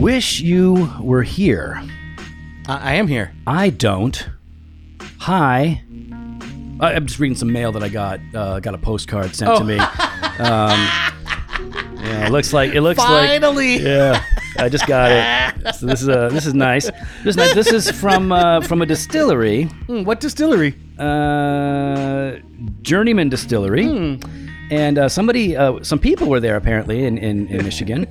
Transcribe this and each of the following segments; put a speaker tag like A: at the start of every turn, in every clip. A: Wish you were here.
B: I, I am here.
A: I don't. Hi. I, I'm just reading some mail that I got. Uh, got a postcard sent to
B: Oh.
A: me. Um, yeah, it looks like it looks like
B: Finally.
A: yeah. I just got it. So this is uh, this is nice. This is nice. This is from uh, from a distillery,
B: Hmm, what distillery?
A: uh, Journeyman Distillery, and uh, somebody, uh, some people were there apparently in in, in Michigan,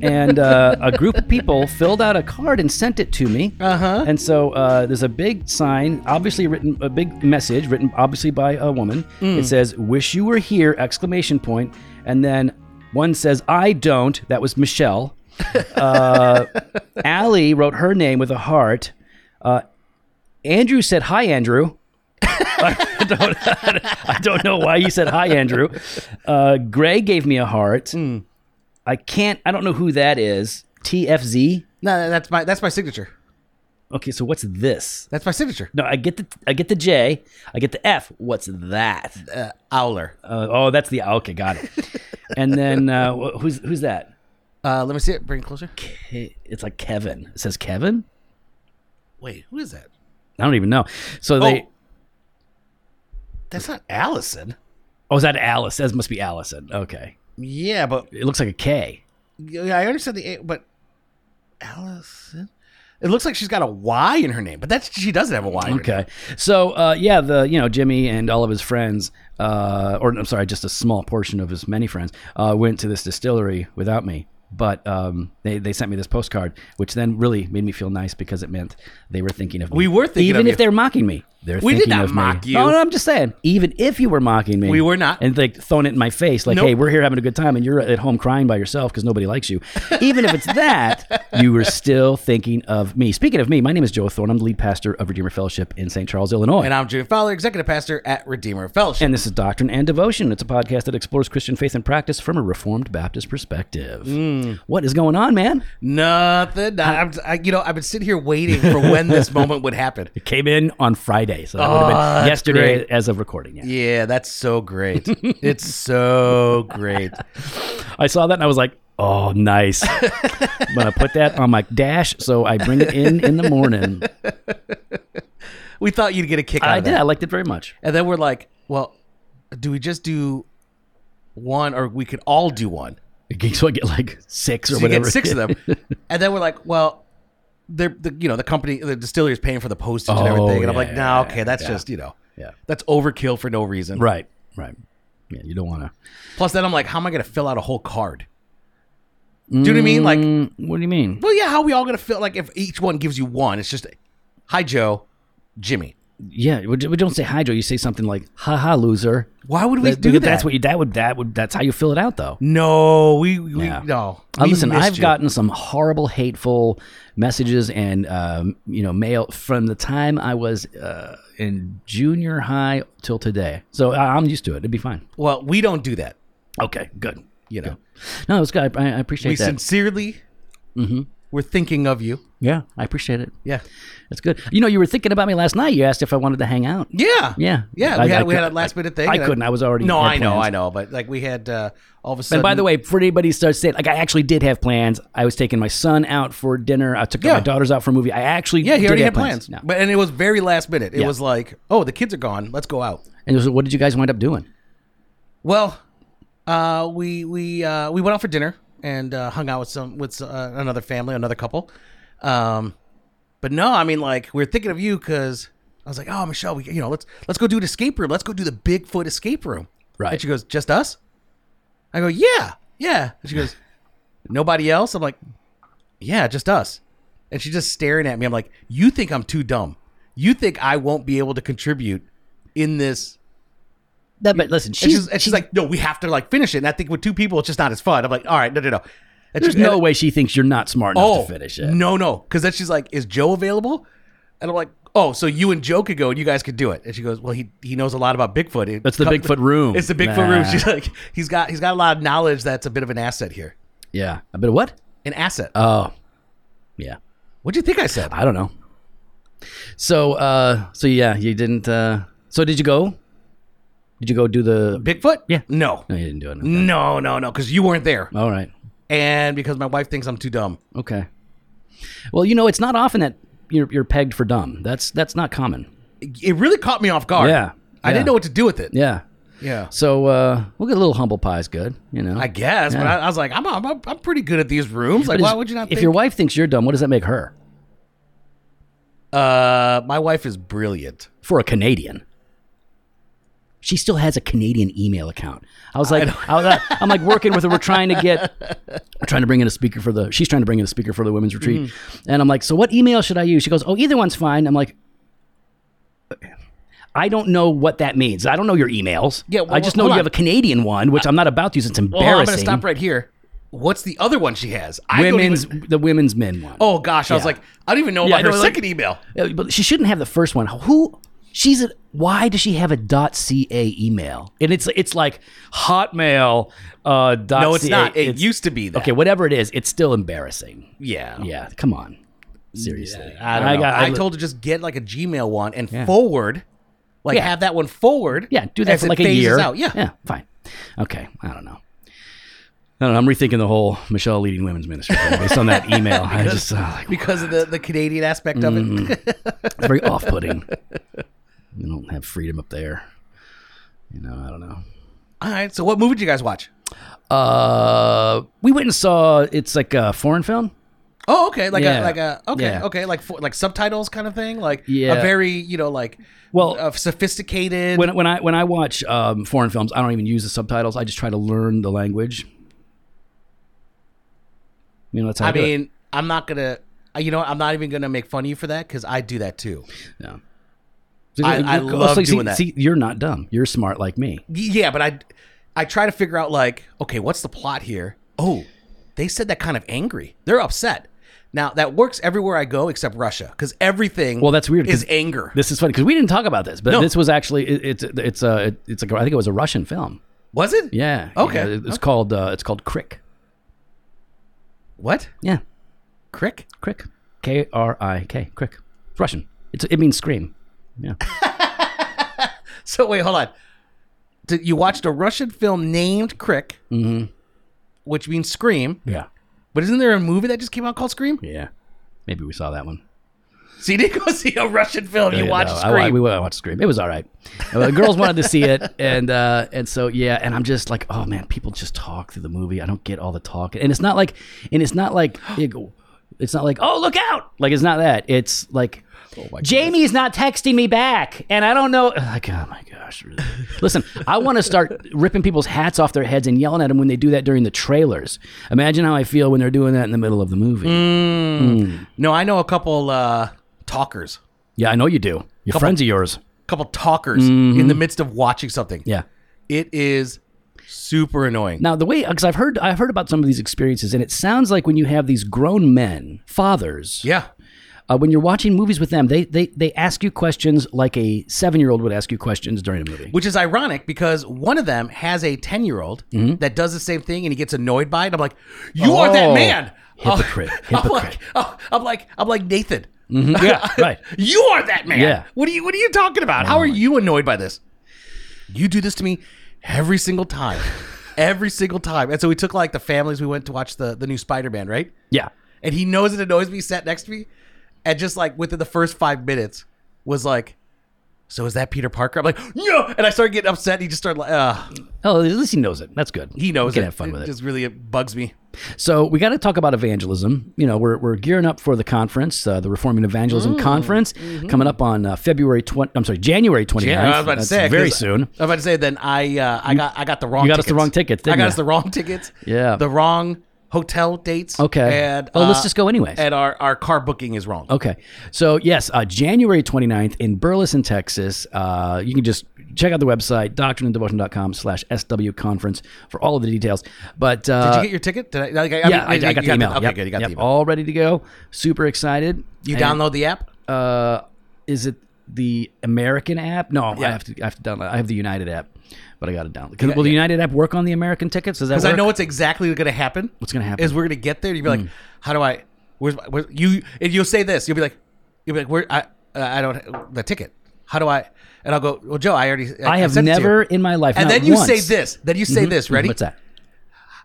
A: and uh, a group of people filled out a card and sent it to me.
B: Uh huh.
A: And so uh, there's a big sign, obviously written, a big message written obviously by a woman. It says, "Wish you were here!" Exclamation point, and then one says, "I don't." That was Michelle. Uh, Allie wrote her name with a heart. Uh, Andrew said, "Hi, Andrew." I don't, I don't know why you said hi, Andrew. Uh, Greg gave me a heart. I can't. I don't know who that is. TFZ.
B: No, that's my that's my signature.
A: Okay, so what's this?
B: That's my signature.
A: No, I get the I get the J, I get the F. What's that?
B: Uh, Owler.
A: Uh, oh, that's the okay, got it. and then uh, wh- who's who's that?
B: Uh, let me see it. Bring it closer.
A: K- It's like Kevin. It says Kevin.
B: Wait, who is that?
A: I don't even know. So they.
B: Oh. That's not Allison.
A: Oh, is that Alice? That must be Allison. Okay,
B: Yeah, but
A: it looks like a K.
B: yeah, I understand the A- but Allison. It looks like she's got a Y in her name, but that's she doesn't have a Y. In her name.
A: Okay, so uh, yeah, the you know Jimmy and all of his friends, uh, or I'm sorry, just a small portion of his many friends, uh, went to this distillery without me. But um, they, they sent me this postcard, which then really made me feel nice because it meant they were thinking of me.
B: We were thinking
A: even
B: of
A: if
B: you.
A: they're mocking me. They're
B: We did
A: thinking
B: not
A: of me.
B: mock you.
A: No, no, I'm just saying. Even if you were mocking me,
B: We were not.
A: and like throwing it in my face, like,
B: Nope.
A: hey, we're here having a good time, and you're at home crying by yourself because nobody likes you. Even if it's that, you were still thinking of me. Speaking of me, my name is Joe Thorne. I'm the lead pastor of Redeemer Fellowship in St. Charles, Illinois.
B: And I'm Jim Fowler, executive pastor at Redeemer Fellowship.
A: And this is Doctrine and Devotion. It's a podcast that explores Christian faith and practice from a Reformed Baptist perspective. What is going on, man?
B: Nothing. I'm, I, you know, I've been sitting here waiting for when this moment would happen.
A: It came in on Friday, so that would have been
B: that's
A: yesterday
B: great.
A: as of recording. Yeah.
B: Yeah, that's so great. it's so great.
A: I saw that and I was like, oh, nice. I'm going to put that on my dash so I bring it in in the morning.
B: We thought you'd get a kick out
A: I
B: of
A: did.
B: that.
A: I liked it very much.
B: And then we're like, well, do we just do one or we could all do one?
A: So I get like six or
B: So you
A: whatever.
B: get six of them. and then we're like, well, they're the you know, the company the distillery is paying for the postage and
A: Oh,
B: everything. And I'm
A: yeah,
B: like,
A: yeah,
B: no,
A: yeah,
B: okay, that's
A: yeah.
B: just, you know,
A: Yeah.
B: that's overkill for no reason.
A: Right. Right. Yeah, you don't want to.
B: Plus then I'm like, how am I gonna fill out a whole card? Do you know what I mean? Like,
A: what do you mean?
B: well, yeah, how are we all gonna fill like if each one gives you one, it's just hi Joe, Jimmy.
A: Yeah, we we don't say hydro. You say something like "haha, loser."
B: Why would we
A: That-
B: do that?
A: That's what you. That would. That would. That's how you fill it out, though.
B: No, we, we
A: Yeah.
B: no.
A: Uh,
B: We
A: listen,
B: missed
A: I've
B: you.
A: gotten some horrible, hateful messages and um, you know mail from the time I was uh, in junior high till today. So I- I'm used to it. It'd be fine.
B: Well, we don't do that.
A: Okay, good.
B: You know,
A: No, it's good. I, I appreciate
B: we
A: that. Mm-hmm.
B: sincerely, we're thinking of you.
A: yeah, I appreciate it.
B: Yeah,
A: That's good. You know, you were thinking about me last night. You asked if I wanted to hang out.
B: yeah,
A: Yeah,
B: yeah.
A: I-
B: We had
A: I
B: we had a
A: could-
B: last minute thing.
A: I
B: and
A: couldn't. I was already-
B: No,
A: had
B: I know,
A: plans.
B: I know. But like we had uh, all of a sudden.
A: And by the way, for anybody who starts saying, like, I actually did have plans. I was taking my son out for dinner. I took my
B: Yeah.
A: daughters out for a movie. I actually
B: yeah, he
A: did
B: already
A: have
B: had plans.
A: No.
B: But and it was very last minute. It
A: Yeah.
B: was like, oh, the kids are gone. Let's go out.
A: And it was, what did you guys wind up doing?
B: Well, uh, we we uh, we went out for dinner and uh, hung out with some with uh, another family, another couple. Um, but no, I mean, like we are thinking of you because I was like, oh, Michelle, we you know let's let's go do an escape room. Let's go do the Bigfoot escape room.
A: Right.
B: And she goes, just us. I go, yeah, yeah. And she goes, nobody else. I'm like, yeah, just us. And she's just staring at me. I'm like, you think I'm too dumb? You think I won't be able to contribute in this
A: That, but listen,
B: and
A: she's,
B: she's, and she's like, no, we have to like finish it. And I think with two people, it's just not as fun. I'm like, all right, no, no, no. And
A: There's
B: she's-
A: no
B: and-
A: way she thinks you're not smart enough
B: uh, Oh,
A: to finish it.
B: no, no. Because then she's like, is Joe available? And I'm like, oh, so you and Joe could go and you guys could do it. And she goes, well, he he knows a lot about Bigfoot. It
A: That's the
B: come-
A: Bigfoot room.
B: It's the Bigfoot room.
A: Nah.
B: She's like, he's got he's got a lot of knowledge. That's a bit of an asset here.
A: yeah. A bit of what?
B: An asset.
A: Oh, yeah.
B: What'd you think I said?
A: I don't know. So, uh, so yeah, you didn't. Uh, so did you go? Did you go do the?
B: Bigfoot?
A: Yeah.
B: No.
A: No, you didn't do it.
B: No, no, no, because you weren't there.
A: All right.
B: And because my wife thinks I'm too dumb.
A: Okay. Well, you know, it's not often that you're, you're pegged for dumb. That's that's not common.
B: It really caught me off guard.
A: Yeah.
B: I
A: Yeah.
B: didn't know what to do with it.
A: Yeah.
B: Yeah.
A: So uh, we'll get a little humble pie is good. You know.
B: I guess, but I, I was like, I'm, I'm I'm pretty good at these rooms. Like,
A: But
B: why
A: is-
B: would you not?
A: If
B: think?
A: your wife thinks you're dumb, what does that make her?
B: uh, my wife is brilliant.
A: For a Canadian. She still has a Canadian email account. I was like, I was, I'm like working with her. We're trying to get, we're trying to bring in a speaker for the. She's trying to bring in a speaker for the women's retreat,
B: Mm-hmm.
A: and I'm like, so what email should I use? She goes, oh, either one's fine. I'm like, I don't know what that means. I don't know your emails.
B: Yeah, well,
A: I just
B: well,
A: know you
B: hold
A: have
B: on.
A: a Canadian one, which I, am not about to use. It's
B: Well, I'm gonna
A: embarrassing.
B: stop right here. What's the other one she has? I don't
A: women's
B: even-
A: the women's men one.
B: oh gosh, I was
A: Yeah.
B: like, I don't even know
A: Yeah,
B: about her
A: no, like-
B: second email.
A: Uh, but she shouldn't have the first one. Who? She's a. Why does she have a .ca email? And it's it's like Hotmail. Uh, dot
B: No, it's
A: CA.
B: not. It
A: It's-
B: used to be that.
A: Okay, whatever it is, it's still embarrassing.
B: Yeah.
A: Yeah, come on. Seriously,
B: I don't know. I,
A: got- I
B: told her just get like a Gmail one and forward, like
A: Yeah.
B: have that one forward.
A: Yeah, do that
B: as
A: for
B: it
A: like a
B: phases
A: year.
B: Out. Yeah.
A: yeah, fine. Okay, I don't know. I don't know. I'm rethinking the whole Michelle leading women's ministry thing based on that email. I just uh, like,
B: because of the, the Canadian aspect of
A: Mm.
B: it.
A: It's very off-putting. You don't have freedom up there. You know, I don't know.
B: All right. So, what movie did you guys watch?
A: Uh, we went and saw. It's like a foreign film.
B: Oh, okay. Like
A: Yeah.
B: a like a okay
A: Yeah.
B: okay like for, like subtitles kind of thing. Like
A: Yeah.
B: a very you know like
A: Well-
B: uh, sophisticated.
A: When when I when I watch um, foreign films, I don't even use the subtitles. I just try to learn the language. You know, that's how I,
B: I
A: do it.
B: mean, I'm not gonna. uh, You know, what, I'm not even gonna make fun of you for that because I do that too.
A: Yeah.
B: I- I
A: Oh,
B: love
A: see-
B: doing that.
A: See, you're not dumb. You're smart like me.
B: Y- Yeah, but I, I try to figure out like, okay, what's the plot here? Oh, they said that kind of angry. They're upset. Now that works everywhere I go except Russia because everything.
A: Well, that's weird, 'cause
B: Is anger.
A: This is funny because we didn't talk about this, but
B: No.
A: this was actually it, it's it's a uh, it's like I think it was a Russian film.
B: was it?
A: Yeah.
B: Okay.
A: Yeah, it's called uh, it's called Crick.
B: What?
A: Yeah.
B: Crick?
A: Crick. K R I K. Crick. It's Russian. It's it means scream. Yeah.
B: So wait, hold on. Did you watched a Russian film named Crick,
A: Mm-hmm.
B: which means scream.
A: yeah.
B: But isn't there a movie that just came out called Scream?
A: Yeah. Maybe we saw that one.
B: So you didn't go see a Russian film. You
A: Yeah,
B: watched
A: no, I- I,
B: Scream.
A: we watched Scream. It was all right. Uh, the girls wanted to see it, and uh, and so yeah, and I'm just like, oh man, people just talk through the movie. I don't get all the talk, and it's not like, and it's not like, it- it's not like, oh look out, like it's not that. It's like,
B: Oh
A: Jamie's not texting me back, and I don't know. Like, oh my gosh, really. listen, I want to start ripping people's hats off their heads and yelling at them when they do that during the trailers. Imagine how I feel when they're doing that in the middle of the movie.
B: Mm. no, I know a couple uh, talkers,
A: Yeah, I know you do. Your friends of yours.
B: couple talkers in the midst of watching something.
A: Mm-hmm. Yeah.
B: It is super annoying.
A: Now the way because I've heard I've heard about some of these experiences, and it sounds like when you have these grown men, fathers,
B: yeah.
A: uh, when you're watching movies with them, they they they ask you questions like a seven year old would ask you questions during a movie.
B: Which is ironic because one of them has a 10 year old that does the same thing and he gets annoyed by it. I'm like, you are that
A: Mm-hmm. Oh.
B: man. Oh,
A: Hypocrite.
B: I'm,
A: Hypocrite. Mm-hmm.
B: like, oh, I'm like, I'm like Nathan.
A: yeah, right.
B: You are that man.
A: Yeah. Oh
B: What are you, what are you talking about? How are you annoyed by this? You do this to me every single time, every single time. And so we took like the families, we went to watch the, the new Spider-Man, right?
A: Yeah,
B: and he knows it annoys me. he Sat next to me, and just like within the first five minutes, was like, "So is that Peter Parker?" I'm like, "No!" And I started getting upset. And he just started like, "Uh,
A: oh, at least he knows it. That's good.
B: he knows
A: He can
B: it.
A: have fun with it.
B: Just really it bugs me.
A: So we got to talk about evangelism. You know, we're, we're gearing up for the conference, uh, the Reforming Evangelism
B: Mm,
A: Conference, coming up on uh, February 20, I'm sorry, January 29th.
B: mm-hmm. I was about to
A: That's
B: say 'cause
A: very
B: I-
A: soon.
B: I was about to say then I uh, I got I got the wrong.
A: you got us
B: tickets.
A: the wrong tickets,
B: I
A: didn't
B: got
A: you?
B: us the wrong tickets.
A: Yeah.
B: the wrong hotel dates.
A: Okay.
B: And
A: Oh, let's
B: uh,
A: just go anyways.
B: And our our car booking is wrong.
A: Okay. So, yes, uh, January 29th in Burleson, Texas. Uh, you can just check out the website, doctrineanddevotion.com slash SW conference for all of the details. But uh,
B: Did you get your ticket? Did I, I, I mean,
A: yeah, I, I
B: you- you
A: got the email.
B: Okay,
A: Yep,
B: good. You got
A: yep,
B: the email.
A: All ready to go. Super excited.
B: You
A: And-
B: download the app.
A: uh, is it the American app? No, I
B: Yeah.
A: have to I have to download. I have the United app, but I got to download. Can, will the United app work on the American tickets? Does that
B: Because
A: work?
B: I know what's exactly going to happen.
A: what's going to happen. Hmm.
B: is we're gonna get there. and You'd be like, how do I? Where's my? Where's, you? And you'll say this. You'll be like, you'll be like, where? I, uh, I don't ha- the ticket. How do I? And I'll go. Well, Joe, I already.
A: I have
B: sent it to you."
A: never in my life.
B: And
A: not
B: then you
A: once- Mm-hmm.
B: say this. Then you say this. Ready?
A: What's that?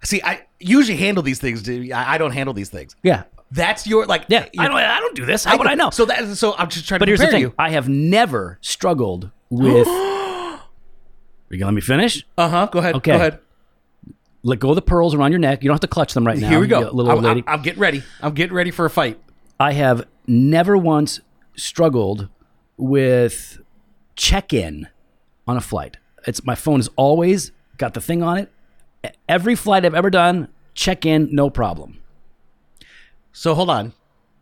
B: See, I usually handle these things. dude. I I don't handle these things.
A: Yeah.
B: That's your like.
A: Yeah.
B: your-
A: I don't. I don't do this. How would I know?
B: So that. So I'm just trying
A: But
B: to
A: here's the
B: prepare
A: thing:
B: you.
A: I have never struggled with. Are you gonna let me finish?
B: Uh huh. Go ahead.
A: Okay.
B: Go ahead.
A: Let go of the pearls around your neck. You don't have to clutch them right now.
B: Here we go.
A: Um, you little old
B: I'm, I'm-
A: lady.
B: I'm getting ready. I'm getting ready for a fight.
A: I have never once struggled with check-in on a flight. It's my phone is always got the thing on it. Every flight I've ever done, check-in, no problem.
B: So hold on.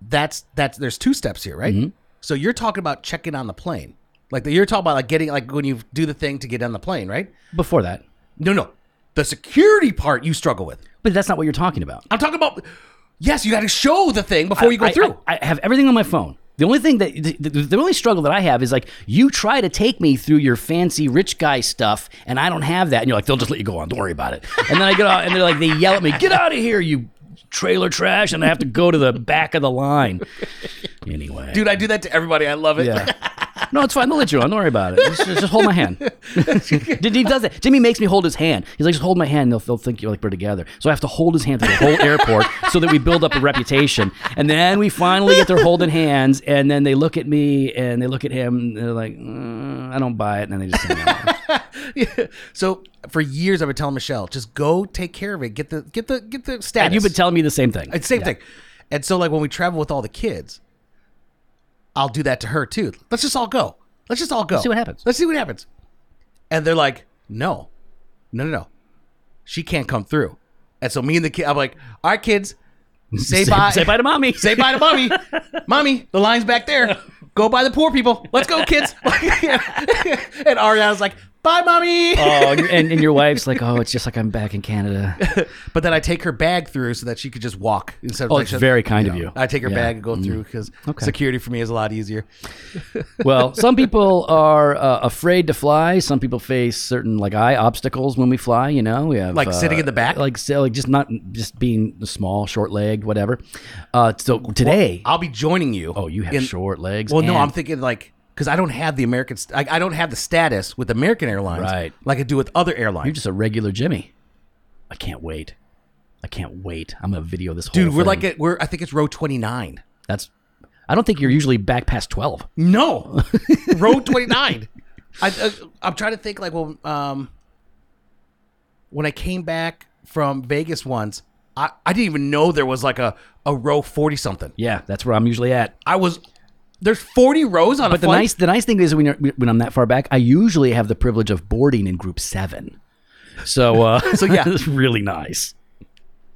B: That's that's there's two steps here,
A: Mm-hmm.
B: right? So you're talking about checking on the plane. Like you're talking about like getting like when you do the thing to get on the plane, right?
A: Before that,
B: No, no. The security part you struggle with.
A: but that's not what you're talking about.
B: I'm talking about yes, you got to show the thing before you go
A: I-
B: through.
A: I, I have everything on my phone. The only thing that the, the, the only struggle that I have is like you try to take me through your fancy rich guy stuff, and I don't have that. And you're like, they'll just let you go on. Don't worry about it. And then I get out, and they're like, they yell at me, get out of here, you trailer trash, and I have to go to the back of the line. Anyway,
B: Dude, I do that to everybody. I love it.
A: yeah. No, it's fine. They'll let you on. Don't worry about it. Just, just hold my hand. Jimmy does that. Jimmy makes me hold his hand. He's like, just hold my hand. They'll, they'll think you're like we're together. So I have to hold his hand through the whole airport so that we build up a reputation. And then we finally get there holding hands. And then they look at me and they look at him. And they're like, "Mm, I don't buy it. And then they just say, no.
B: So for years I've been telling Michelle, just go take care of it. Get the get the get the status.
A: and you've been telling me the same thing.
B: It's same thing. And so like when we travel with all the kids, I'll do that to her too. Let's just all go. Let's just all go.
A: see what happens.
B: Let's see what happens. And they're like, no, no, no, no. She can't come through. And so me and the kid, I'm like, all right, kids, say, bye.
A: Say bye to mommy.
B: Say bye to mommy. mommy, the line's back there. Go by the poor people. Let's go, kids. and Ariana's like, bye, mommy.
A: Oh, and, and, and your wife's like, oh, it's just like I'm back in Canada.
B: But then I take her bag through so that she could just walk instead of.
A: Oh,
B: like,
A: it's
B: she-
A: very kind of you.
B: I take her
A: Yeah. Mm.
B: bag and go through because security for me is a lot easier.
A: Well, some people are uh, afraid to fly. Some people face certain, like I, obstacles when we fly. You know, we have
B: Like
A: uh,
B: sitting in the back?
A: like so, like just not just being small, short legged, whatever. Uh, so today,
B: I'll be joining you.
A: oh, you have
B: in-
A: short legs.
B: Well, no,
A: and-
B: I'm thinking like because I don't have the American, st- I, I don't have the status with American Airlines,
A: Right.
B: Like I do with other airlines.
A: you're just a regular Jimmy. I can't wait. I can't wait. I'm gonna video this whole
B: Dude, we're
A: thing.
B: like at, we're I think it's row twenty nine.
A: that's. I don't think you're usually back past twelve.
B: No, row twenty nine. I, I I'm trying to think like well um when I came back from Vegas once. I, I didn't even know there was like a, a row forty something.
A: Yeah, that's where I'm usually at.
B: I was there's forty rows on a
A: But the
B: flight.
A: nice the nice thing is when you're, when I'm that far back, I usually have the privilege of boarding in group seven. So uh,
B: So, yeah.
A: it's really nice.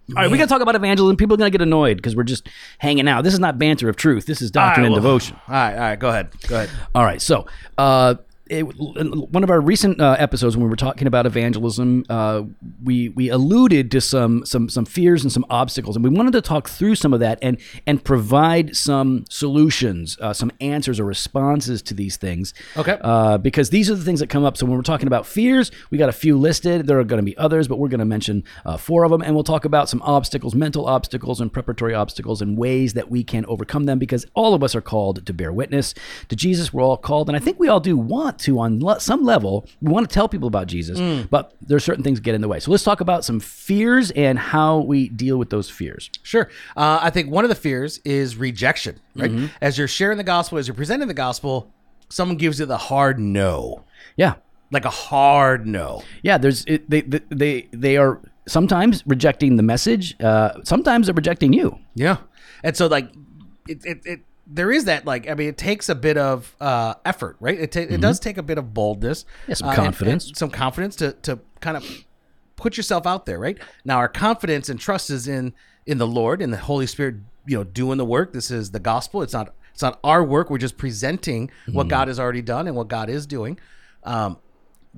A: All right, we gotta talk about evangelism. People are gonna get annoyed because we're just hanging out. This is not banter of truth. This is doctrine and
B: Ah, well-
A: devotion.
B: all right, all right, go ahead, go ahead.
A: All right, so uh, it, one of our recent uh, episodes when we were talking about evangelism, uh, we we alluded to some some some fears and some obstacles, and we wanted to talk through some of that and and provide some solutions, uh, some answers or responses to these things.
B: Okay.
A: Uh, because these are the things that come up. So when we're talking about fears, we got a few listed. There are going to be others, but we're going to mention uh, four of them, and we'll talk about some obstacles, mental obstacles, and preparatory obstacles, and ways that we can overcome them. Because all of us are called to bear witness to Jesus. We're all called, and I think we all do want to, on le- some level, we want to tell people about Jesus, but there are certain things that get in the way. So let's talk about some fears and how we deal with those fears.
B: Sure. Uh, I think one of the fears is rejection, right? As you're sharing the gospel, as you're presenting the gospel, someone gives you the hard no,
A: Yeah,
B: like a hard no.
A: Yeah, there's it, they they- they they are sometimes rejecting the message. Uh, sometimes they're rejecting you.
B: Yeah. And so, like, it, it, it there is that, like, I mean, it takes a bit of uh, effort, right? It, ta- it does take a bit of boldness,
A: Mm-hmm. Yeah, some
B: uh, and- and
A: confidence.
B: some confidence to, to kind of put yourself out there, right? Now, our confidence and trust is in in the Lord and the Holy Spirit, you know, doing the work. This is the gospel. It's not it's not our work. We're just presenting
A: Mm-hmm.
B: what God has already done and what God is doing. Um,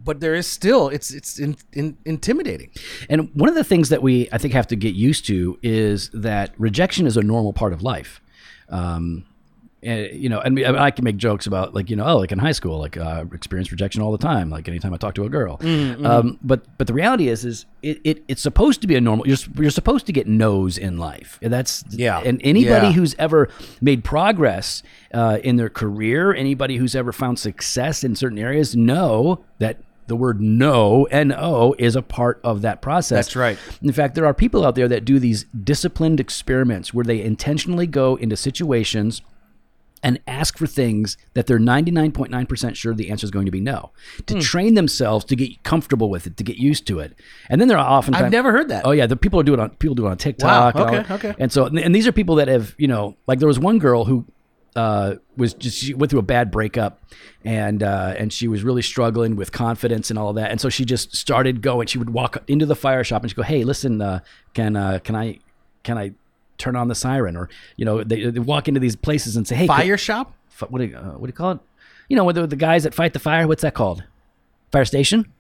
B: but there is still it's it's in, in, intimidating.
A: And one of the things that we I think have to get used to is that rejection is a normal part of life. Um, and you know, and we, I, mean, I can make jokes about like you know, oh, like in high school, like uh, experience rejection all the time. Like anytime I talk to a girl,
B: Mm, mm-hmm.
A: um, but but the reality is, is it, it it's supposed to be a normal. You're sup- you're supposed to get no's in life. And that's
B: Yeah.
A: And anybody
B: Yeah.
A: who's ever made progress uh, in their career, anybody who's ever found success in certain areas, know that the word no n o is a part of that process.
B: That's right.
A: In fact, there are people out there that do these disciplined experiments where they intentionally go into situations and ask for things that they're 99.9% sure the answer is going to be no to
B: Hmm.
A: train themselves to get comfortable with it to get used to it and then there are often
B: I've never heard that.
A: oh yeah the people do it on people do it on tiktok
B: Wow,
A: and all
B: okay,
A: that.
B: okay.
A: and so and these are people that have you know like there was one girl who uh, was just she went through a bad breakup and uh, and she was really struggling with confidence and all that and so she just started going she would walk into the fire shop and she'd go hey listen uh, can uh, can i can i turn on the siren or you know they, they walk into these places and say hey can-
B: Fire shop?
A: fi- what do you, uh, what do you call it? You know, with the, the guys that fight the fire. What's that called? Fire station?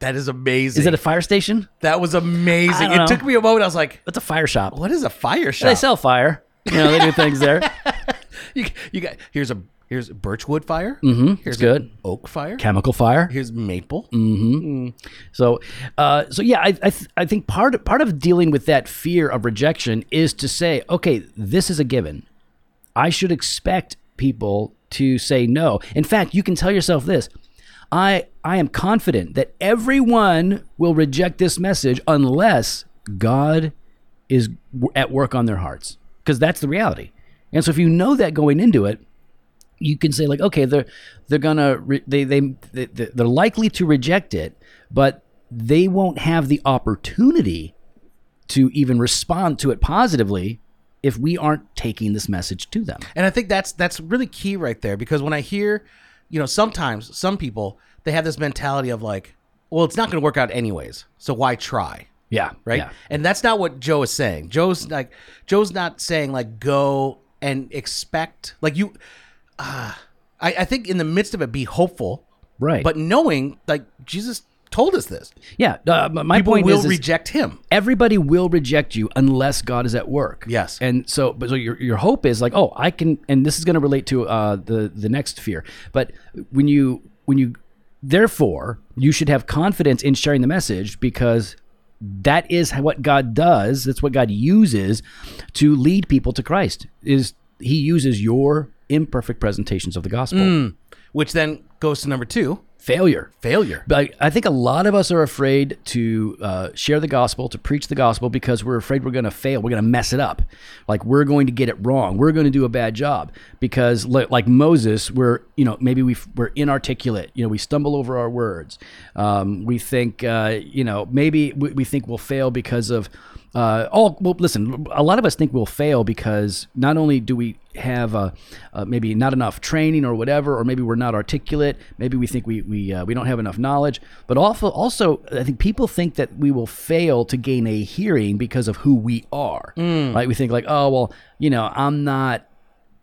B: That is amazing.
A: Is it a fire station?
B: that was amazing.
A: don't
B: It
A: know.
B: took me a moment. I was like,
A: That's a fire shop.
B: what is a fire shop?
A: They sell fire. You know, they do things there.
B: you, you got here's a here's a birchwood fire.
A: Mm-hmm. It's
B: Here's
A: good. Mm.
B: a oak fire.
A: Chemical fire.
B: Here's maple.
A: So, uh, so yeah, I I, th- I think part part of dealing with that fear of rejection is to say, okay, this is a given. I should expect people to say no. In fact, you can tell yourself this. I I am confident that everyone will reject this message unless God is w- at work on their hearts because that's the reality. And so if you know that going into it, you can say like okay they're they're gonna re- they, they they they're likely to reject it but they won't have the opportunity to even respond to it positively if we aren't taking this message to them
B: And I think that's that's really key right there because when I hear, you know, sometimes some people they have this mentality of like, well, it's not going to work out anyways, so why try?
A: yeah
B: right? And that's not what Joe is saying. Joe's like Joe's not saying like go and expect like you. Uh, I, I think in the midst of it, be hopeful,
A: right
B: but knowing like Jesus told us this,
A: yeah uh, my- my
B: people
A: point
B: will
A: is, is
B: reject him.
A: everybody will reject you unless God is at work.
B: Yes.
A: And so, but so your, your hope is like, oh, I can, and this is going to relate to uh, the the next fear. But when you when you therefore you should have confidence in sharing the message because that is how- what God does. That's what God uses to lead people to Christ. Is He uses your imperfect presentations of the gospel.
B: Which then goes to number two,
A: Failure.
B: failure.
A: But I I think a lot of us are afraid to uh, share the gospel, to preach the gospel, because we're afraid we're going to fail. We're going to mess it up. Like we're going to get it wrong. We're going to do a bad job. Because li- like Moses, we're you know maybe we f- we're inarticulate. You know we stumble over our words. Um, we think uh, you know maybe we, we think we'll fail because of uh, all well listen a lot of us think we'll fail because not only do we have uh, uh, maybe not enough training or whatever or maybe we're not articulate maybe we think we we, uh, we don't have enough knowledge but also also i think people think that we will fail to gain a hearing because of who we are right we think like oh well you know i'm not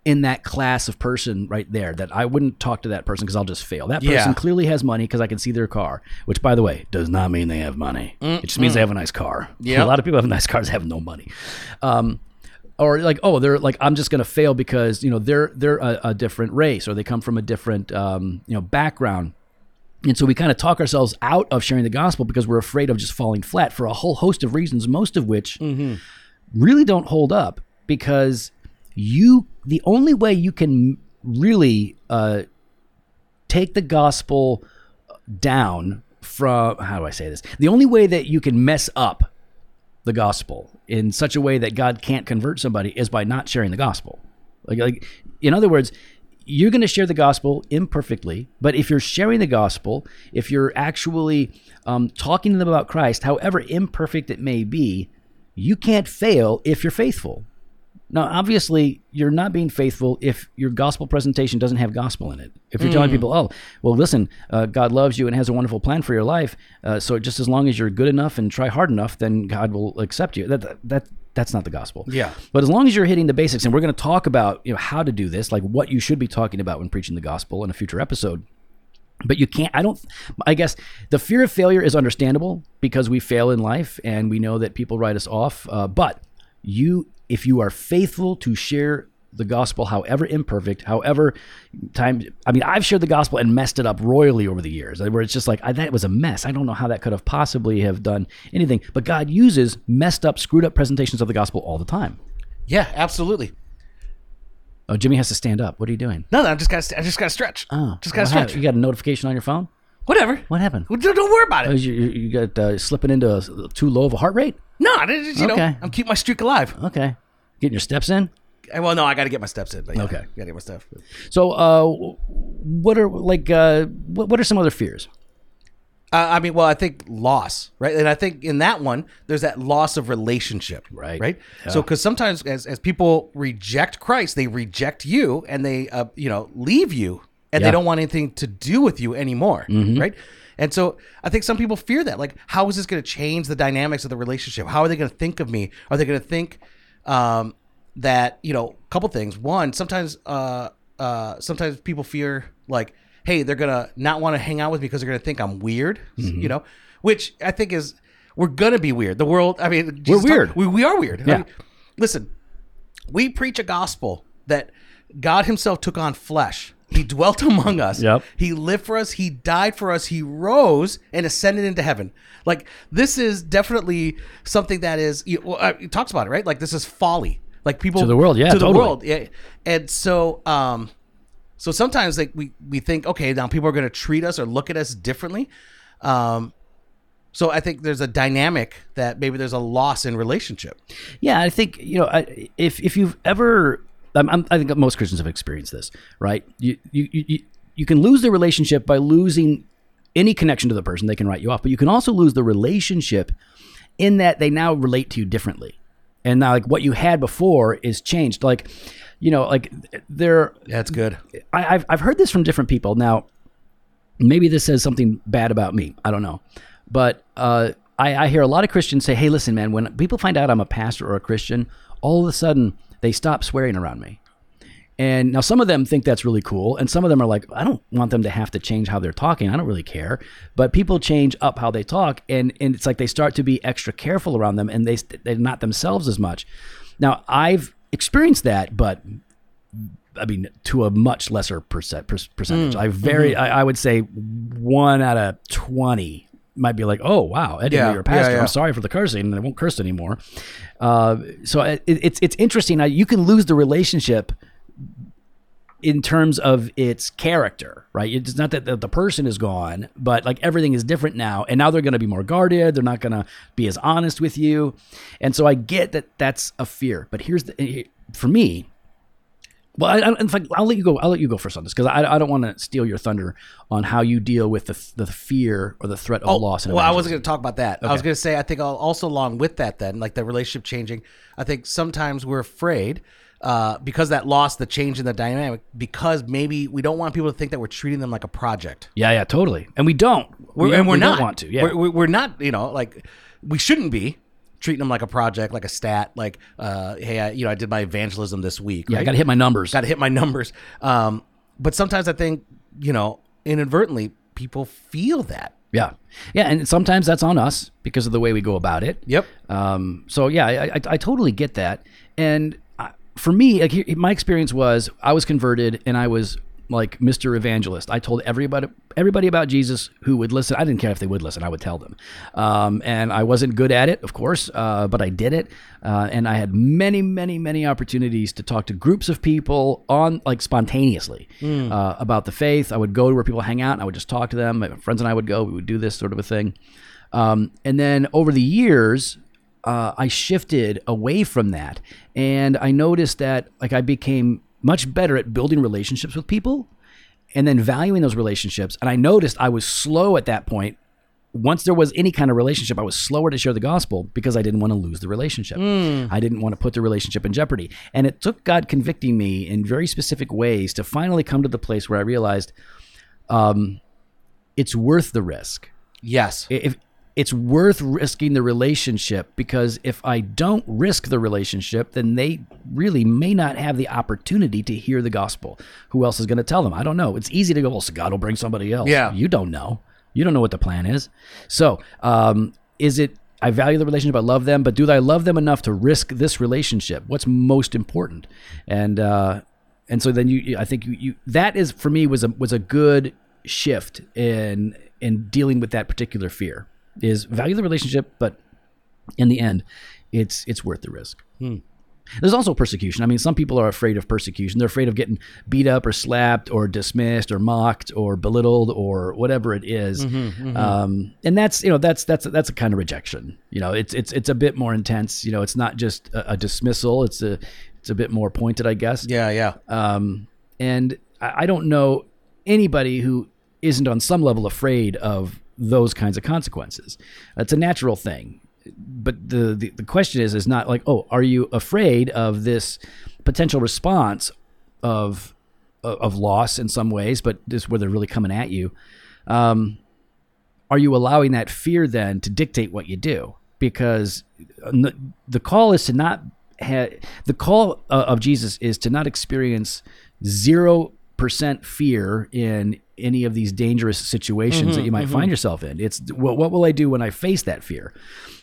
A: in that class of person right there that I wouldn't talk to that person because I'll just fail. That person
B: Yeah.
A: clearly has money because I can see their car, which by the way does not mean they have money. It just means they have a nice car.
B: Yep.
A: a lot of people have nice cars that have no money. Um, or like oh they're like I'm just gonna fail because you know they're they're a, a different race or they come from a different um, you know background. And so we kind of talk ourselves out of sharing the gospel because we're afraid of just falling flat for a whole host of reasons, most of which
B: Mm.
A: really don't hold up because you the only way you can really uh, take the gospel down from how do I say this? The only way that you can mess up the gospel in such a way that God can't convert somebody is by not sharing the gospel. Like, like in other words, you're going to share the gospel imperfectly, but if you're sharing the gospel, if you're actually um, talking to them about Christ, however imperfect it may be, you can't fail if you're faithful. Now, obviously, you're not being faithful if your gospel presentation doesn't have gospel in it. If you're telling people, oh, well, listen, uh, God loves you and has a wonderful plan for your life, uh, so just as long as you're good enough and try hard enough, then God will accept you. That that that's not the gospel.
B: Yeah.
A: But as long as you're hitting the basics, and we're going to talk about you know how to do this, like what you should be talking about when preaching the gospel in a future episode but you can't i don't i guess the fear of failure is understandable because we fail in life and we know that people write us off uh, but you if you are faithful to share the gospel, however imperfect, however time. I mean, I've shared the gospel and messed it up royally over the years, uh, where it's just like I, that was a mess. I don't know how that could have possibly have done anything. But God uses messed up, screwed up presentations of the gospel all the time.
B: Yeah, absolutely.
A: Oh, Jimmy has to stand up. What are you doing?
B: No, no, I just got to I just got to stretch.
A: Oh,
B: just got to
A: what happened?
B: stretch.
A: You got a notification on your phone?
B: Whatever.
A: What happened?
B: Well, Don't, don't worry about
A: Oh,
B: it.
A: You, you- you got uh, slipping into a s- too low of a heart rate?
B: No, I just, you know,
A: Okay.
B: I'm keeping my streak alive.
A: Okay. Getting your steps in?
B: Eh, Well, no, I got to get my steps in. But yeah,
A: Okay.
B: got to get my stuff.
A: So, uh, what are like uh, what, what are some other fears?
B: Uh, I mean, well, I think loss, right? And I think in that one, there's that loss of relationship,
A: Right.
B: Right. So, because sometimes as, as people reject Christ, they reject you and they, uh, you know, leave you and
A: Yeah. Mm-hmm.
B: they don't want anything to do with you anymore, right? And so I think some people fear that. Like, how is this going to change the dynamics of the relationship? How are they going to think of me? Are they going to think um, that, you know, a couple things. One, sometimes, uh, uh, sometimes people fear like, hey, they're gonna not want to hang out with me because they're gonna think I'm weird,
A: Mm-hmm.
B: you know, which I think is we're gonna be weird. The world, I mean, Jesus talk-
A: weird.
B: we, we are weird. I
A: Yeah.
B: mean, listen, we preach a gospel that God Himself took on flesh. He dwelt among us.
A: Yep.
B: He lived for us. He died for us. He rose and ascended into heaven. Like this is definitely something that is. You, well, uh, it talks about it, right? Like this is folly. Like people
A: To the world, yeah,
B: to the
A: totally.
B: world, yeah. And so, um, so sometimes like we we think, okay, now people are going to treat us or look at us differently. Um, so I think there's a dynamic that maybe there's a loss in relationship.
A: Yeah, I think you know I, if if you've ever, I'm, I'm, I think most Christians have experienced this, right? You you you- you you can lose the relationship by losing any connection to the person. They can write you off, but you can also lose the relationship in that they now relate to you differently, and now like what you had before is changed. Like, you know, like there
B: That's good.
A: I, I've I've heard this from different people. Now, maybe this says something bad about me. I don't know, but uh, I, I hear a lot of Christians say, "Hey, listen, man. When people find out I'm a pastor or a Christian, all of a sudden they stop swearing around me." And now some of them think that's really cool, and some of them are like, "I don't want them to have to change how they're talking. I don't really care." But people change up how they talk, and and it's like they start to be extra careful around them, and they they're not themselves as much. Now I've experienced that, but I mean, to a much lesser percent, per, percentage.
B: Mm,
A: I very,
B: mm-hmm.
A: I, I would say one out of 20 might be like, oh, wow, I didn't
B: Yeah,
A: know you were a pastor.
B: yeah, yeah.
A: I'm sorry for the cursing and I won't curse anymore. Uh, so it, it's, it's interesting. Uh, You can lose the relationship in terms of its character, right? It's not that the, the person is gone, but like everything is different now. And now they're going to be more guarded. They're not going to be as honest with you. And so I get that that's a fear. But here's the, for me, well, I, I, in fact, I'll let you go. I'll let you go first on this because I, I don't want to steal your thunder on how you deal with the, the fear or the threat of loss. in
B: Oh, Well, I
A: evangelism.
B: wasn't going to talk about that. I was going to say I think I'll also along with that then, like the relationship changing. I think sometimes we're afraid uh, because that loss, the change in the dynamic, because maybe we don't want people to think that we're treating them like a project.
A: Yeah, yeah, totally. And we don't.
B: We're,
A: we,
B: and we're
A: we
B: not
A: don't want to. Yeah,
B: we're, we're- we're not. You know, like we shouldn't be treating them like a project, like a stat, like uh, hey, I, you know, I did my evangelism this week.
A: yeah. I
B: right?
A: got to hit my numbers.
B: got to hit my numbers. Um, but sometimes I think you know inadvertently people feel that.
A: yeah, yeah. And sometimes that's on us because of the way we go about it.
B: Yep.
A: Um, so yeah, I, I, I totally get that. And I, for me, like, here- my experience was I was converted and I was like Mr. Evangelist. I told everybody everybody about Jesus who would listen. I didn't care if they would listen. I would tell them. Um, and I wasn't good at it, of course, uh, but I did it. Uh, and I had many, many, many opportunities to talk to groups of people on like spontaneously uh, about the faith. I would go to where people hang out and I would just talk to them. My friends and I would go. We would do this sort of a thing. Um, and then over the years, uh, I shifted away from that, and I noticed that like I became much better at building relationships with people, and then valuing those relationships. And I noticed I was slow at that point. Once there was any kind of relationship, I was slower to share the gospel because I didn't want to lose the relationship. I didn't want to put the relationship in jeopardy. And it took God convicting me in very specific ways to finally come to the place where I realized um, it's worth the risk
B: Yes.
A: if it's worth risking the relationship because if I don't risk the relationship, then they really may not have the opportunity to hear the gospel. Who else is going to tell them? I don't know. It's easy to go, well, so God will bring somebody else.
B: Yeah.
A: You don't know. You don't know what the plan is. So, um, is it I value the relationship. I love them, but do I love them enough to risk this relationship? What's most important? And uh, and so then you, I think you, you that is for me was a was a good shift in in dealing with that particular fear. Is value the relationship, but in the end, it's it's worth the risk. There's also persecution. I mean, some people are afraid of persecution. They're afraid of getting beat up or slapped or dismissed or mocked or belittled or whatever it is. Um, and that's you know that's that's that's a kind of rejection. You know, it's it's it's a bit more intense. You know, it's not just a, a dismissal. It's a it's a bit more pointed, I guess.
B: Yeah, yeah.
A: Um, and I, I don't know anybody who isn't on some level afraid of those kinds of consequences. It's a natural thing. But the, the, the question is, is not like, oh, are you afraid of this potential response of, of, of loss in some ways, but this where they're really coming at you are you allowing that fear then to dictate what you do? Because uh, n- the call is to not ha the call uh, of Jesus is to not experience zero percent fear in any of these dangerous situations that you might find yourself in. It's what, what will I do when I face that fear?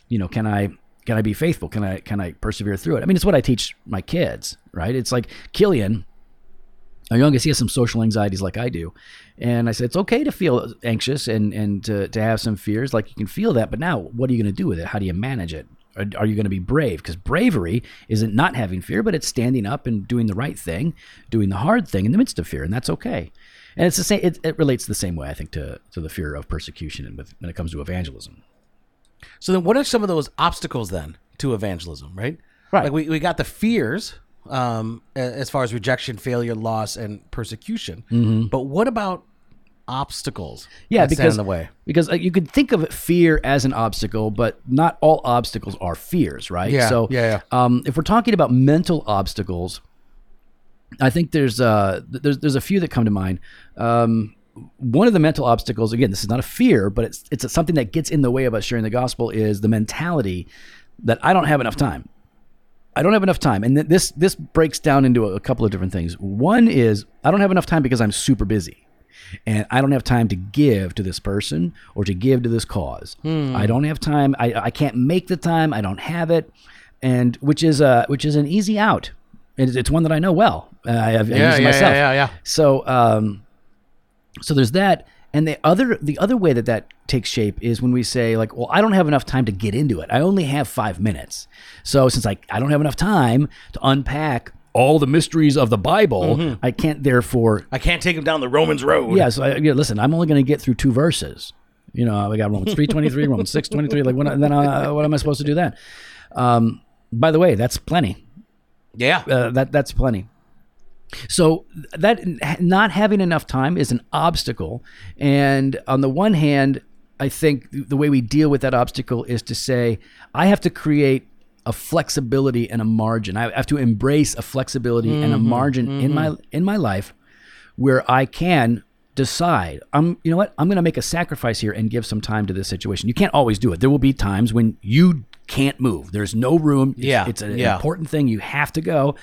A: You know, can I can I be faithful? Can I can I persevere through it? I mean, it's what I teach my kids, right? It's like Killian our youngest, he has some social anxieties like I do. And I said, it's okay to feel anxious and, and to, to have some fears. Like you can feel that, but now what are you going to do with it? How do you manage it? Are, are you going to be brave? Because bravery isn't not having fear, but it's standing up and doing the right thing, doing the hard thing in the midst of fear. And that's okay. And it's the same, it, it relates the same way, I think, to, to the fear of persecution and with, when it comes to evangelism.
B: So then, what are some of those obstacles then to evangelism? Right.
A: Right.
B: Like we, we got the fears um, a- as far as rejection, failure, loss, and persecution. But what about obstacles?
A: Mm-hmm. Yeah,
B: that stand
A: because
B: in the way.
A: because uh, you could think of fear as an obstacle, but not all obstacles are fears, right?
B: Yeah,
A: So,
B: yeah,
A: Um, if we're talking about mental obstacles, I think there's uh, th- there's there's a few that come to mind. Um, one of the mental obstacles, again, this is not a fear, but it's it's something that gets in the way of us sharing the gospel, is the mentality that I don't have enough time. I don't have enough time, and th- this this breaks down into a, a couple of different things. One is I don't have enough time because I'm super busy, and I don't have time to give to this person or to give to this cause.
B: Hmm.
A: I don't have time. I I can't make the time. I don't have it, and which is a which is an easy out. It's, it's one that I know well. Uh, I have I use it myself.
B: yeah.
A: So um, so there's that, and the other the other way that that takes shape is when we say like, well, I don't have enough time to get into it. I only have five minutes. So since I I don't have enough time to unpack all the mysteries of the Bible, I can't therefore
B: I can't take him down the Romans road.
A: yeah. So I, yeah, listen, I'm only going to get through two verses. You know, I got Romans three twenty three, Romans six twenty three. Like, when, I- then uh, what am I supposed to do then? Um, by the way, that's plenty
B: yeah.
A: uh, that that's plenty. So that not having enough time is an obstacle, and on the one hand, I think th- the way we deal with that obstacle is to say I have to create a flexibility and a margin. I have to embrace a flexibility and
B: Mm-hmm,
A: a margin in my in my life where I can decide I'm you know what I'm going to make a sacrifice here and give some time to this situation. You can't always do it. There will be times when you can't move. There's no room. It's-
B: Yeah,
A: it's an
B: yeah.
A: important thing. You have to go.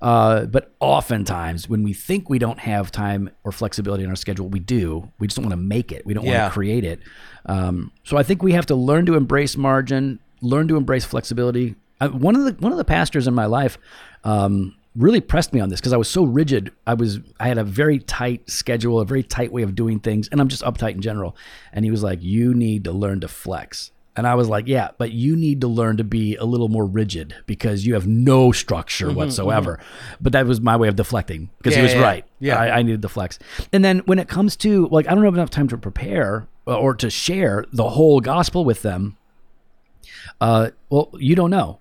A: Uh, but oftentimes, when we think we don't have time or flexibility in our schedule, we do. We just don't want to make it. We don't
B: Yeah.
A: want to create it. Um, so I think we have to learn to embrace margin, learn to embrace flexibility. Uh, one of the one of the pastors in my life um, really pressed me on this because I was so rigid. I was I had a very tight schedule, a very tight way of doing things, and I'm just uptight in general. And he was like, "You need to learn to flex." And I was like, yeah, but you need to learn to be a little more rigid because you have no structure whatsoever. But that was my way of deflecting because he was
B: Mm-hmm, Yeah, yeah, yeah.
A: right.
B: Yeah.
A: I, I needed the flex. And then when it comes to like, I don't have enough time to prepare uh, or to share the whole gospel with them. Uh, well, you don't know.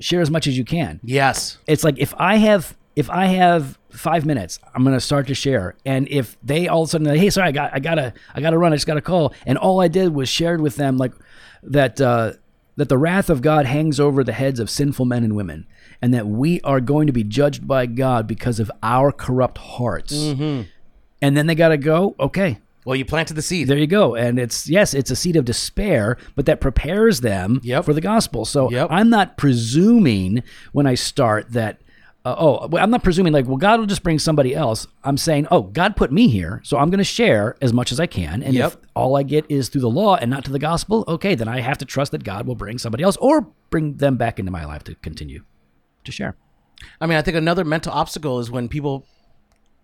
A: Share as much as you can.
B: Yes.
A: It's like if I have if I have five minutes, I'm gonna start to share. And if they all of a sudden, like, hey, sorry, I got I gotta I gotta run, I just got a call, and all I did was shared with them like that uh, that the wrath of God hangs over the heads of sinful men and women, and that we are going to be judged by God because of our corrupt hearts. And then they gotta go. Okay,
B: Well, you planted the seed.
A: there you go. And it's yes, it's a seed of despair, but that prepares them
B: Yep.
A: for the gospel. So
B: Yep.
A: I'm not presuming when I start that uh, oh, well, I'm not presuming like, well, God will just bring somebody else. I'm saying, oh, God put me here, so I'm going to share as much as I can. And if
B: Yep.
A: all I get is through the law and not to the gospel, okay, then I have to trust that God will bring somebody else or bring them back into my life to continue to share.
B: I mean, I think another mental obstacle is when people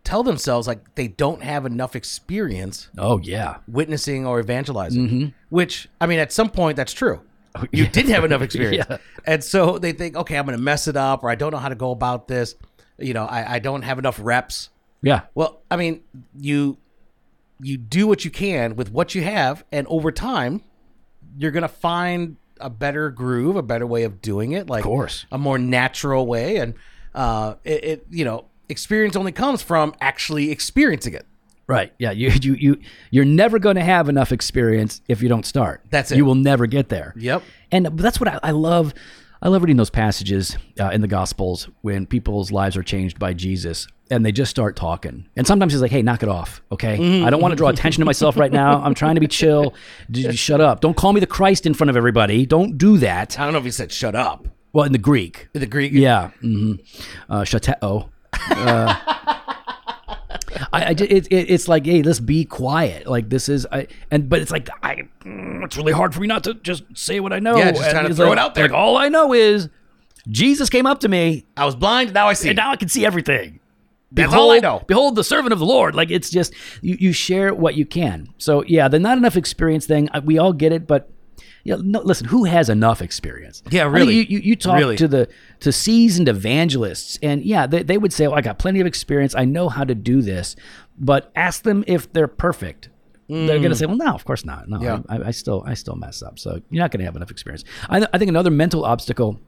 B: tell themselves like they don't have enough experience
A: Oh yeah,
B: witnessing or evangelizing, which I mean, at some point that's true. You did have enough experience.
A: Yeah.
B: And so they think, okay, I'm going to mess it up, or I don't know how to go about this. You know, I, I don't have enough reps.
A: yeah,
B: Well, I mean, you you do what you can with what you have, and over time, you're gonna find a better groove, a better way of doing it, like
A: course.
B: a more natural way. And uh, it, it you know, experience only comes from actually experiencing it.
A: right. Yeah, you you you you're never going to have enough experience if you don't start.
B: That's it.
A: You will never get there.
B: Yep.
A: and that's what I, I love. I love reading those passages uh, in the Gospels when people's lives are changed by Jesus, and they just start talking. And sometimes he's like, "Hey, knock it off, okay? I don't want to draw attention to myself right now. I'm trying to be chill. Dude, shut up! Don't call me the Christ in front of everybody. Don't do that."
B: I don't know if he said shut up.
A: Well, in the Greek,
B: The Greek.
A: yeah. hmm Uh, Shateo. Uh, I, I ju- it, it, it's like, hey, let's be quiet. Like this is, I, and but it's like, I, mm, it's really hard for me not to just say what I know.
B: Yeah, just
A: And
B: kinda
A: it's
B: throw
A: like-
B: it out there.
A: Like all I know is, Jesus came up to me,
B: I was blind. Now I see.
A: and now I can see everything.
B: That's all I know.
A: Behold the servant of the Lord. Like it's just you, you share what you can. So yeah, the not enough experience thing. I- We all get it, but you know, no, listen, who has enough experience?
B: Yeah,
A: I mean,
B: really.
A: you, you you talk
B: Really.
A: to the to seasoned evangelists, and yeah, they, they would say, "Well, I got plenty of experience. I know how to do this." But ask them if they're perfect. They're gonna say, "Well, no, of course not. No,
B: Mm. Yeah.
A: I, I still I still mess up." So you're not gonna have enough experience. I, I think another mental obstacle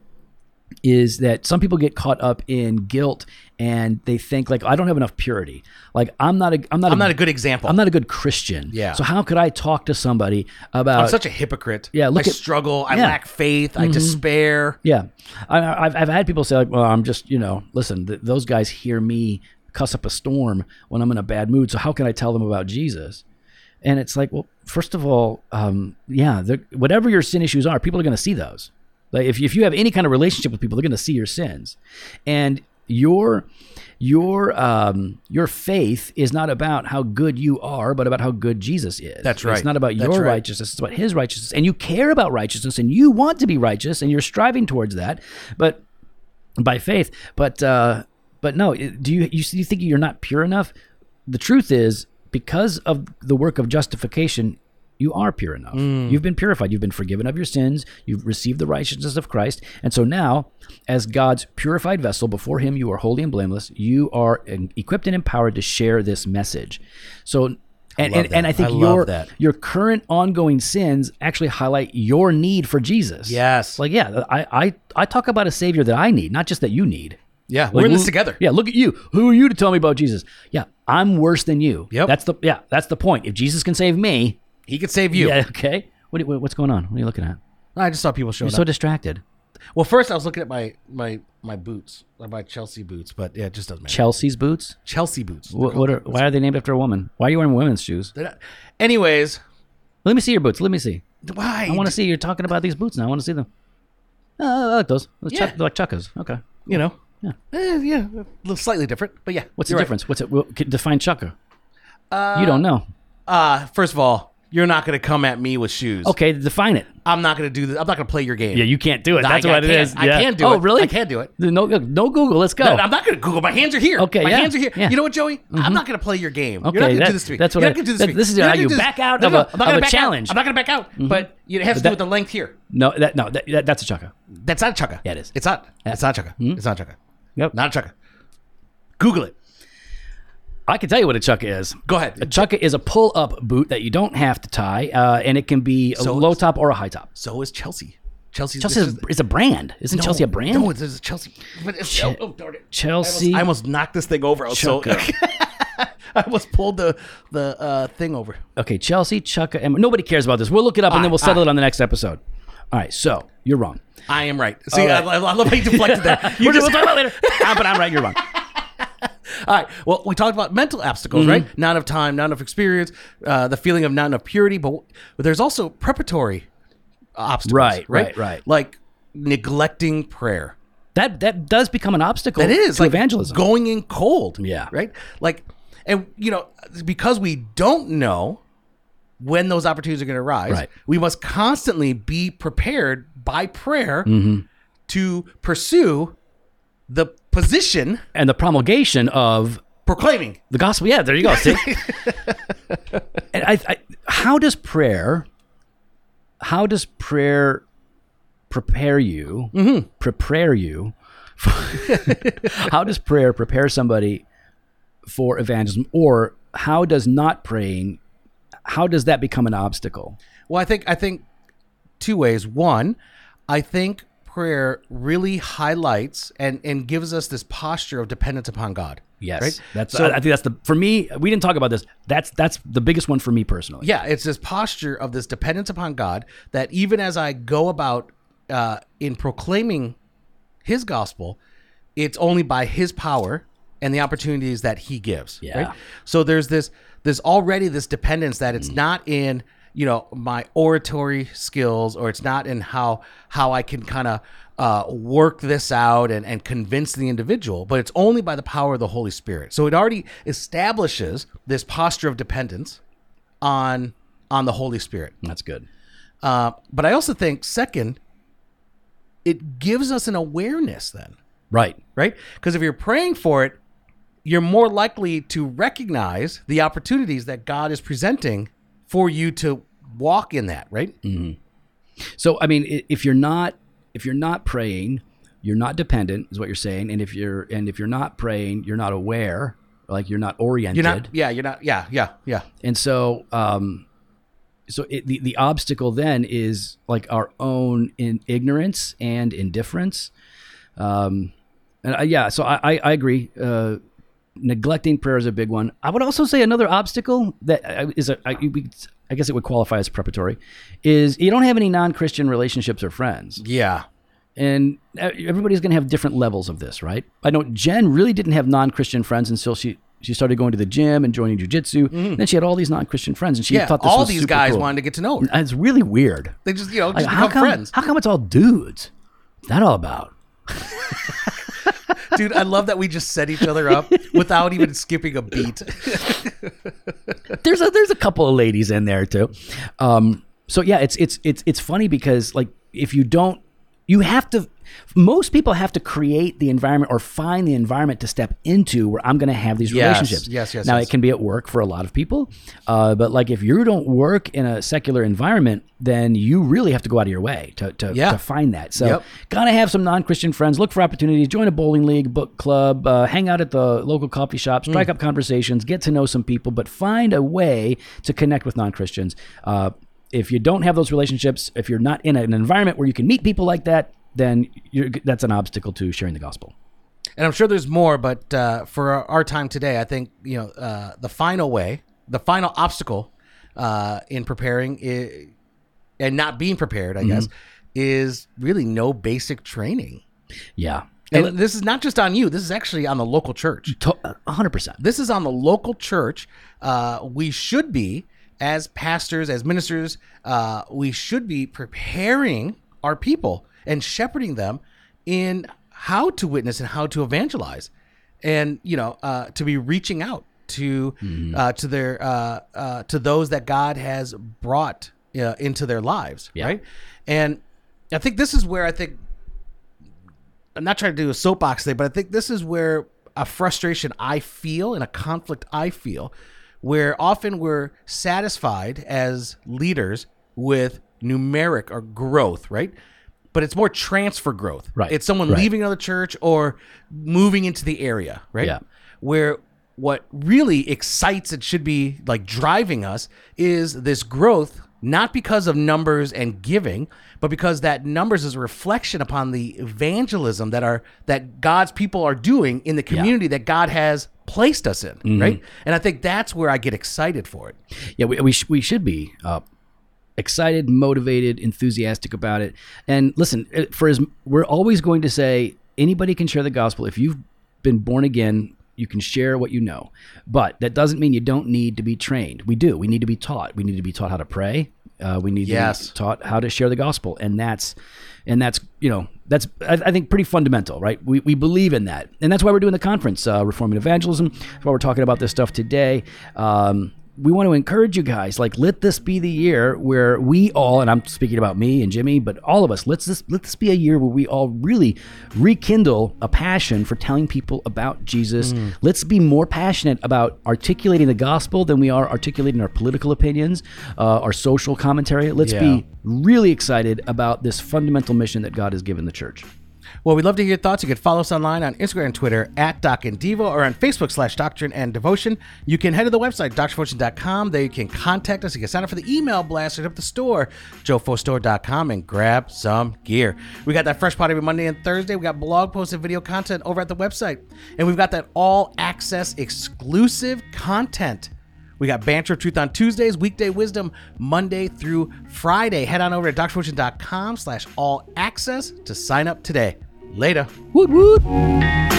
A: is that some people get caught up in guilt and they think like I don't have enough purity. Like I'm not a I'm not
B: I'm not a good example.
A: I'm not a good Christian.
B: Yeah.
A: So how could I talk to somebody about
B: I'm such a hypocrite.
A: Yeah, look
B: I
A: at-
B: struggle. I
A: yeah. Mm-hmm.
B: lack faith. I despair.
A: Yeah, I, I've I've had people say like, well, I'm just you know, listen, th- those guys hear me cuss up a storm when I'm in a bad mood. So how can I tell them about Jesus? And it's like, well, first of all, um, yeah, they're- whatever your sin issues are, people are going to see those. Like if if you have any kind of relationship with people, they're going to see your sins, and your your um your faith is not about how good you are but about how good jesus is
B: That's
A: it's
B: right.
A: not about
B: That's
A: your
B: right.
A: righteousness. It's about his righteousness. And you care about righteousness and you want to be righteous and you're striving towards that. But by faith, but uh but no, it- do you you, you think you're not pure enough? The truth is because of the work of justification you are pure enough.
B: Mm.
A: You've been purified. You've been forgiven of your sins. You've received the righteousness of Christ. And so now, as God's purified vessel before Him, you are holy and blameless. You are en- equipped and empowered to share this message. So, and,
B: love
A: and, and
B: that.
A: I think
B: I love
A: your
B: that.
A: your current ongoing sins actually highlight your need for Jesus.
B: Yes.
A: Like, yeah, I, I, I talk about a savior that I need, not just that you need.
B: yeah.
A: Like,
B: We're in this
A: who-
B: together.
A: Yeah, look at you. Who are you to tell me about Jesus? Yeah, I'm worse than you.
B: Yep.
A: That's the yeah, that's the point. If Jesus can save me,
B: He could save you.
A: yeah, okay. What, do you- what's going on? What are you looking at?
B: I just saw people showing
A: You're
B: up.
A: so distracted.
B: Well, first I was looking at my my my boots, like my Chelsea boots, but yeah, it just doesn't matter.
A: Chelsea's boots.
B: Chelsea boots.
A: What, what are, why are they named after a woman? Why are you wearing women's shoes?
B: They're not- anyways,
A: Let me see your boots. Let me see.
B: why?
A: I want to see. You're talking about these boots now. I want to see them. Oh, I like those. Those
B: Yeah.
A: Chuck- they're like Chuckas. Okay.
B: you know.
A: Yeah.
B: Eh, yeah, a little slightly different, but yeah.
A: What's
B: you're
A: the
B: right.
A: difference? What's it? Well, c- define Chucka. you don't know.
B: Uh, first of all, you're not going to come at me with shoes.
A: Okay, define it.
B: I'm not going to do this. I'm not going to play your game.
A: Yeah, you can't do it.
B: I-
A: That's
B: I
A: what it
B: can't-
A: is.
B: I
A: Yeah.
B: can't do
A: oh,
B: it.
A: really?
B: I can't do it.
A: No, no Google. Let's go.
B: No, I'm not going to Google. My hands are here.
A: Okay,
B: my
A: yeah,
B: hands are here.
A: yeah. Mm-hmm.
B: You know what, Joey? I'm not going to play your game.
A: Okay,
B: you're not going to
A: that-
B: do this to me.
A: that's what
B: you're
A: I-
B: not going to do this
A: that-
B: to me.
A: this is
B: You're
A: how
B: not gonna
A: you
B: do this-
A: back out
B: No,
A: of
B: no,
A: a-
B: I'm not gonna
A: of a
B: back out.
A: challenge. Mm-hmm.
B: I'm not going to back out, but it has to do
A: that-
B: with the length here.
A: no, that no, that, that, that's a Chucka.
B: That's not a chukka.
A: Yeah, it is.
B: It's not. It's not a chukka. It's not a chukka.
A: Yep.
B: Not a chukka. Google it.
A: I can tell you what a Chucka is.
B: Go
A: A
B: ahead.
A: Chucka is a pull-up boot that you don't have to tie, uh, and it can be a
B: So-
A: low top or a high top.
B: So is Chelsea. Chelsea's
A: Chelsea
B: this
A: is, is a brand, isn't
B: no,
A: Chelsea a brand?
B: No, it's, it's Chelsea. But it's, oh, oh, darn it.
A: Chelsea.
B: I almost knocked this thing over. I was so. I almost pulled the the uh, thing over.
A: okay, Chelsea Chucka. And nobody cares about this. We'll look it up and then we'll settle it on the next episode. All right. So you're wrong.
B: I am right. See,
A: right.
B: I, I love how you deflected that. You
A: We're-
B: just,
A: we'll talk about it later. Ah, but I'm right. You're wrong.
B: all right. Well, we talked about mental obstacles,
A: Mm-hmm.
B: right? Not enough time, not enough experience, uh, the feeling of not enough purity, but w- there's also preparatory obstacles.
A: Right, right, right.
B: Like neglecting prayer,
A: That that does become an obstacle
B: It is
A: Oh, to
B: like
A: evangelism.
B: going in cold.
A: Yeah.
B: right. Like, and you know, because we don't know when those opportunities are going to rise,
A: Right.
B: we must constantly be prepared by prayer
A: Mm-hmm.
B: to pursue the position
A: and the promulgation of
B: proclaiming.
A: the gospel. Yeah, there you go. See? and I, I, how does prayer, how does prayer prepare you,
B: Mm-hmm.
A: prepare you, for, how does prayer prepare somebody for evangelism or how does not praying, how does that become an obstacle?
B: Well, I think I think two ways. One, I think prayer really highlights and and gives us this posture of dependence upon God.
A: Yes,
B: Right?
A: that's.
B: So-
A: I, I think that's the for me. We didn't talk about this. That's that's the biggest one for me personally.
B: Yeah, it's this posture of this dependence upon God that even as I go about uh, in proclaiming His gospel, it's only by His power and the opportunities that He gives.
A: Yeah.
B: So there's this there's already this dependence that it's not in you know my oratory skills or it's not in how how I can kind of uh, work this out and and convince the individual, but it's only by the power of the Holy Spirit. So it already establishes this posture of dependence on on the Holy Spirit.
A: that's good.
B: Uh, but I also think second, it gives us an awareness then
A: Right.
B: right? Because if you're praying for it, you're more likely to recognize the opportunities that God is presenting for you to walk in that, right?
A: So I mean, i- if you're not if you're not praying, you're not dependent, is what you're saying. And if you're and if you're not praying, you're not aware, like you're not oriented.
B: You're not, yeah, you're not, yeah, yeah, yeah.
A: And so, um, so it, the the obstacle then is like our own in ignorance and indifference. Um, and I, yeah, so I I, I agree. Uh, neglecting prayer is a big one. I would also say another obstacle that I- is a I, we, I guess it would qualify as preparatory is you don't have any non Christian relationships or friends
B: Yeah.
A: and uh, everybody's going to have different levels of this, right? I know Jen really didn't have non-Christian friends until she she started going to the gym and joining jujitsu. And Then she had all these non-Christian friends, and she
B: Mm-hmm. Yeah.
A: thought this
B: All
A: was
B: these
A: super
B: guys
A: cool.
B: wanted to get to know her.
A: And It's really weird.
B: They just, you know, just
A: Like, how
B: become
A: come?
B: friends.
A: How come it's all dudes? What's that all about?
B: Dude, I love that we just set each other up without even skipping a beat.
A: there's a there's a couple of ladies in there too. Um, so yeah, it's it's it's it's funny because like if you don't, you have to. Most people have to create the environment or find the environment to step into where I'm going to have these
B: Yes,
A: relationships.
B: yes, yes,
A: Now
B: yes.
A: it can be at work for a lot of people, uh, but like if you don't work in a secular environment, then you really have to go out of your way to to,
B: Yeah.
A: to find that. So
B: Yep.
A: gotta have some non-Christian friends. Look for opportunities. Join a bowling league, book club, uh, hang out at the local coffee shop,
B: Mm.
A: strike up conversations, get to know some people, but find a way to connect with non-Christians. Uh, if you don't have those relationships, if you're not in an environment where you can meet people like that, then you're, that's an obstacle to sharing the gospel.
B: and I'm sure there's more, but uh, for our, our time today, I think you know uh, the final way, the final obstacle uh, in preparing i and not being prepared, I guess, is really no basic training.
A: Yeah,
B: And this is not just on you. This is actually on the local church.
A: hundred percent.
B: This is on the local church. Uh, we should be, as pastors, as ministers, uh, we should be preparing our people and shepherding them in how to witness and how to evangelize, and you know, uh, to be reaching out to uh, to their uh, uh, to those that God has brought uh, into their lives,
A: Yeah.
B: right? And I think this is where I think I'm not trying to do a soapbox thing, but I think this is where a frustration I feel and a conflict I feel, where often we're satisfied as leaders with numeric or growth, right? But it's more transfer growth.
A: Right.
B: It's someone
A: Right.
B: leaving another church or moving into the area, right?
A: Yeah.
B: Where what really excites and should be like driving us is this growth, not because of numbers and giving, but because that numbers is a reflection upon the evangelism that are that God's people are doing in the community that God has placed us in, right?
A: Mm-hmm.
B: And I think that's where I get excited for it.
A: yeah, we we, sh- we should be uh, excited, motivated, enthusiastic about it. And listen, eh, for as we're always going to say, anybody can share the gospel. If you've been born again, you can share what you know. But that doesn't mean you don't need to be trained. We do. We need to be taught. We need to be taught how to pray. Uh, we need
B: Yes.
A: to be taught how to share the gospel, and that's and that's you know that's I, I think pretty fundamental, right? We, we believe in that, and that's why we're doing the conference, uh, reforming evangelism. That's why we're talking about this stuff today. Um, we want to encourage you guys, like let this be the year where we all, and I'm speaking about me and Jimmy, but all of us, let's this let this be a year where we all really rekindle a passion for telling people about Jesus. Let's be more passionate about articulating the gospel than we are articulating our political opinions, uh, our social commentary. Let's
B: Yeah.
A: be really excited about this fundamental mission that God has given the church.
B: Well, we'd love to hear your thoughts. You can follow us online on Instagram and Twitter at Doc and Devo or on Facebook slash Doctrine and Devotion. You can head to the website, doctrinefortune.com. There you can contact us. You can sign up for the email blast or hit up the store, joefostore.com, and grab some gear. We got that fresh pot every Monday and Thursday. We got blog posts and video content over at the website. And we've got that all access exclusive content. We got Banter of Truth on Tuesdays, Weekday Wisdom Monday through Friday. Head on over to drfortune.com slash all access to sign up today. Later.
A: Woot woot.